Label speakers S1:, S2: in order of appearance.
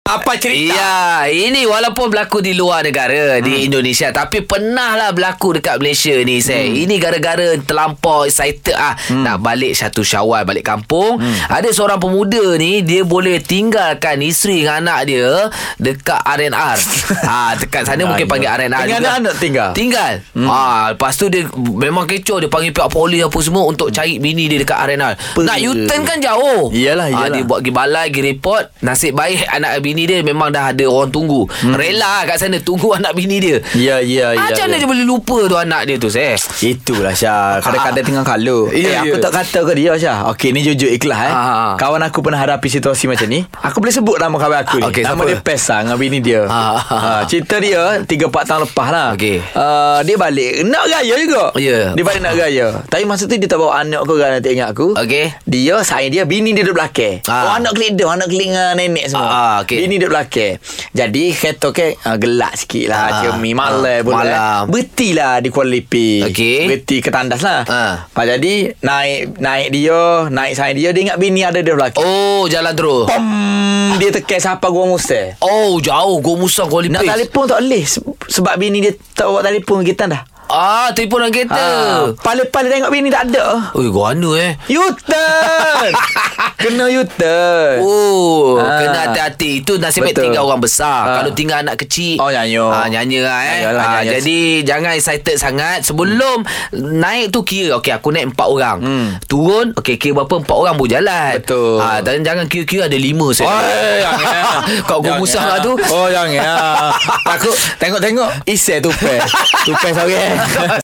S1: Apa cerita?
S2: Ya, ini walaupun berlaku di luar negara hmm. di Indonesia tapi pernah lah berlaku dekat Malaysia ni saya. Hmm. Ini gara-gara terlampau excited ah hmm. nak balik satu Syawal balik kampung. Hmm. Ada seorang pemuda ni dia boleh tinggalkan isteri dengan anak dia dekat R&R. ha, dekat sana mungkin
S1: ya.
S2: panggil R&R
S1: Dengan
S2: juga.
S1: anak-anak tinggal?
S2: Tinggal. Hmm. Ha, lepas tu dia memang kecoh dia panggil pihak polis apa semua untuk cari bini dia dekat R&R. Nak U-turn kan jauh.
S1: Iyalah,
S2: Ah,
S1: iyalah.
S2: dia buat pergi balai, pergi report. Nasib baik anak bini dia memang dah ada orang tunggu. Hmm. Rela kat sana tunggu anak bini dia.
S1: Ya, ya, ya.
S2: Macam
S1: ya.
S2: mana dia boleh lupa tu anak dia tu, Seh?
S1: Itulah Syah Kadang-kadang tengah kalu
S2: Ya,
S1: Eh aku
S2: ya.
S1: tak kata ke dia Syah Okey ni jujur ikhlas eh
S2: Ah.
S1: Kawan aku pernah hadapi situasi macam ni Aku boleh sebut nama kawan aku ni
S2: Okey,
S1: Nama
S2: siapa?
S1: dia Pesa Dengan bini dia
S2: Ah.
S1: Ah, Cerita dia 3-4 tahun lepas lah
S2: Okey.
S1: Ah, Dia balik Nak raya juga
S2: Ya.
S1: Dia balik nak raya Tapi masa tu dia tak bawa anak ke Nanti ingat aku
S2: Okey.
S1: Dia sayang dia Bini dia duduk belakang Oh
S2: Ah.
S1: anak keledong Anak keling ah, nenek semua
S2: Ah, okey.
S1: Bini dia duduk belakang Jadi kereta ke ah, Gelak sikit lah
S2: Ah.
S1: Cermin
S2: Ah,
S1: malam pula, eh.
S2: malam.
S1: Berhenti lah di Kuala Lipi
S2: Okey.
S1: Berhenti ke tandas lah
S2: Ha.
S1: ha. Jadi naik naik dia Naik saya dia Dia ingat bini ada dia belakang
S2: Oh, jalan terus.
S1: Pom Dia tekan siapa gua mustahil
S2: Oh, jauh. Gua musang, gua
S1: Nak
S2: lipis.
S1: telefon tak boleh se- Sebab bini dia tak bawa telefon kita dah
S2: Ah, telefon dalam kereta.
S1: Ah. Pala-pala tengok bini tak ada
S2: Oi, gua anu eh.
S1: U-turn Kena U-turn
S2: Oh,
S1: Ah.
S2: kena hati-hati. Itu nasib baik
S1: Betul.
S2: tinggal orang besar.
S1: Ah.
S2: Kalau tinggal anak kecil.
S1: Oh, nyanyo.
S2: Ah, nyanyi lah eh.
S1: Nyanyo lah,
S2: ah,
S1: nyanyo.
S2: jadi jangan excited sangat. Sebelum naik tu kira, okey aku naik empat orang.
S1: Hmm.
S2: Turun, okey kira berapa empat orang boleh jalan.
S1: Betul.
S2: Ah, dan jangan kira-kira ada lima saya.
S1: Oi, ah. jangan.
S2: Kau gua
S1: Jangan.
S2: musah lah tu.
S1: ah. Oh jangan Takut tengok-tengok Isai tupai Tupai seorang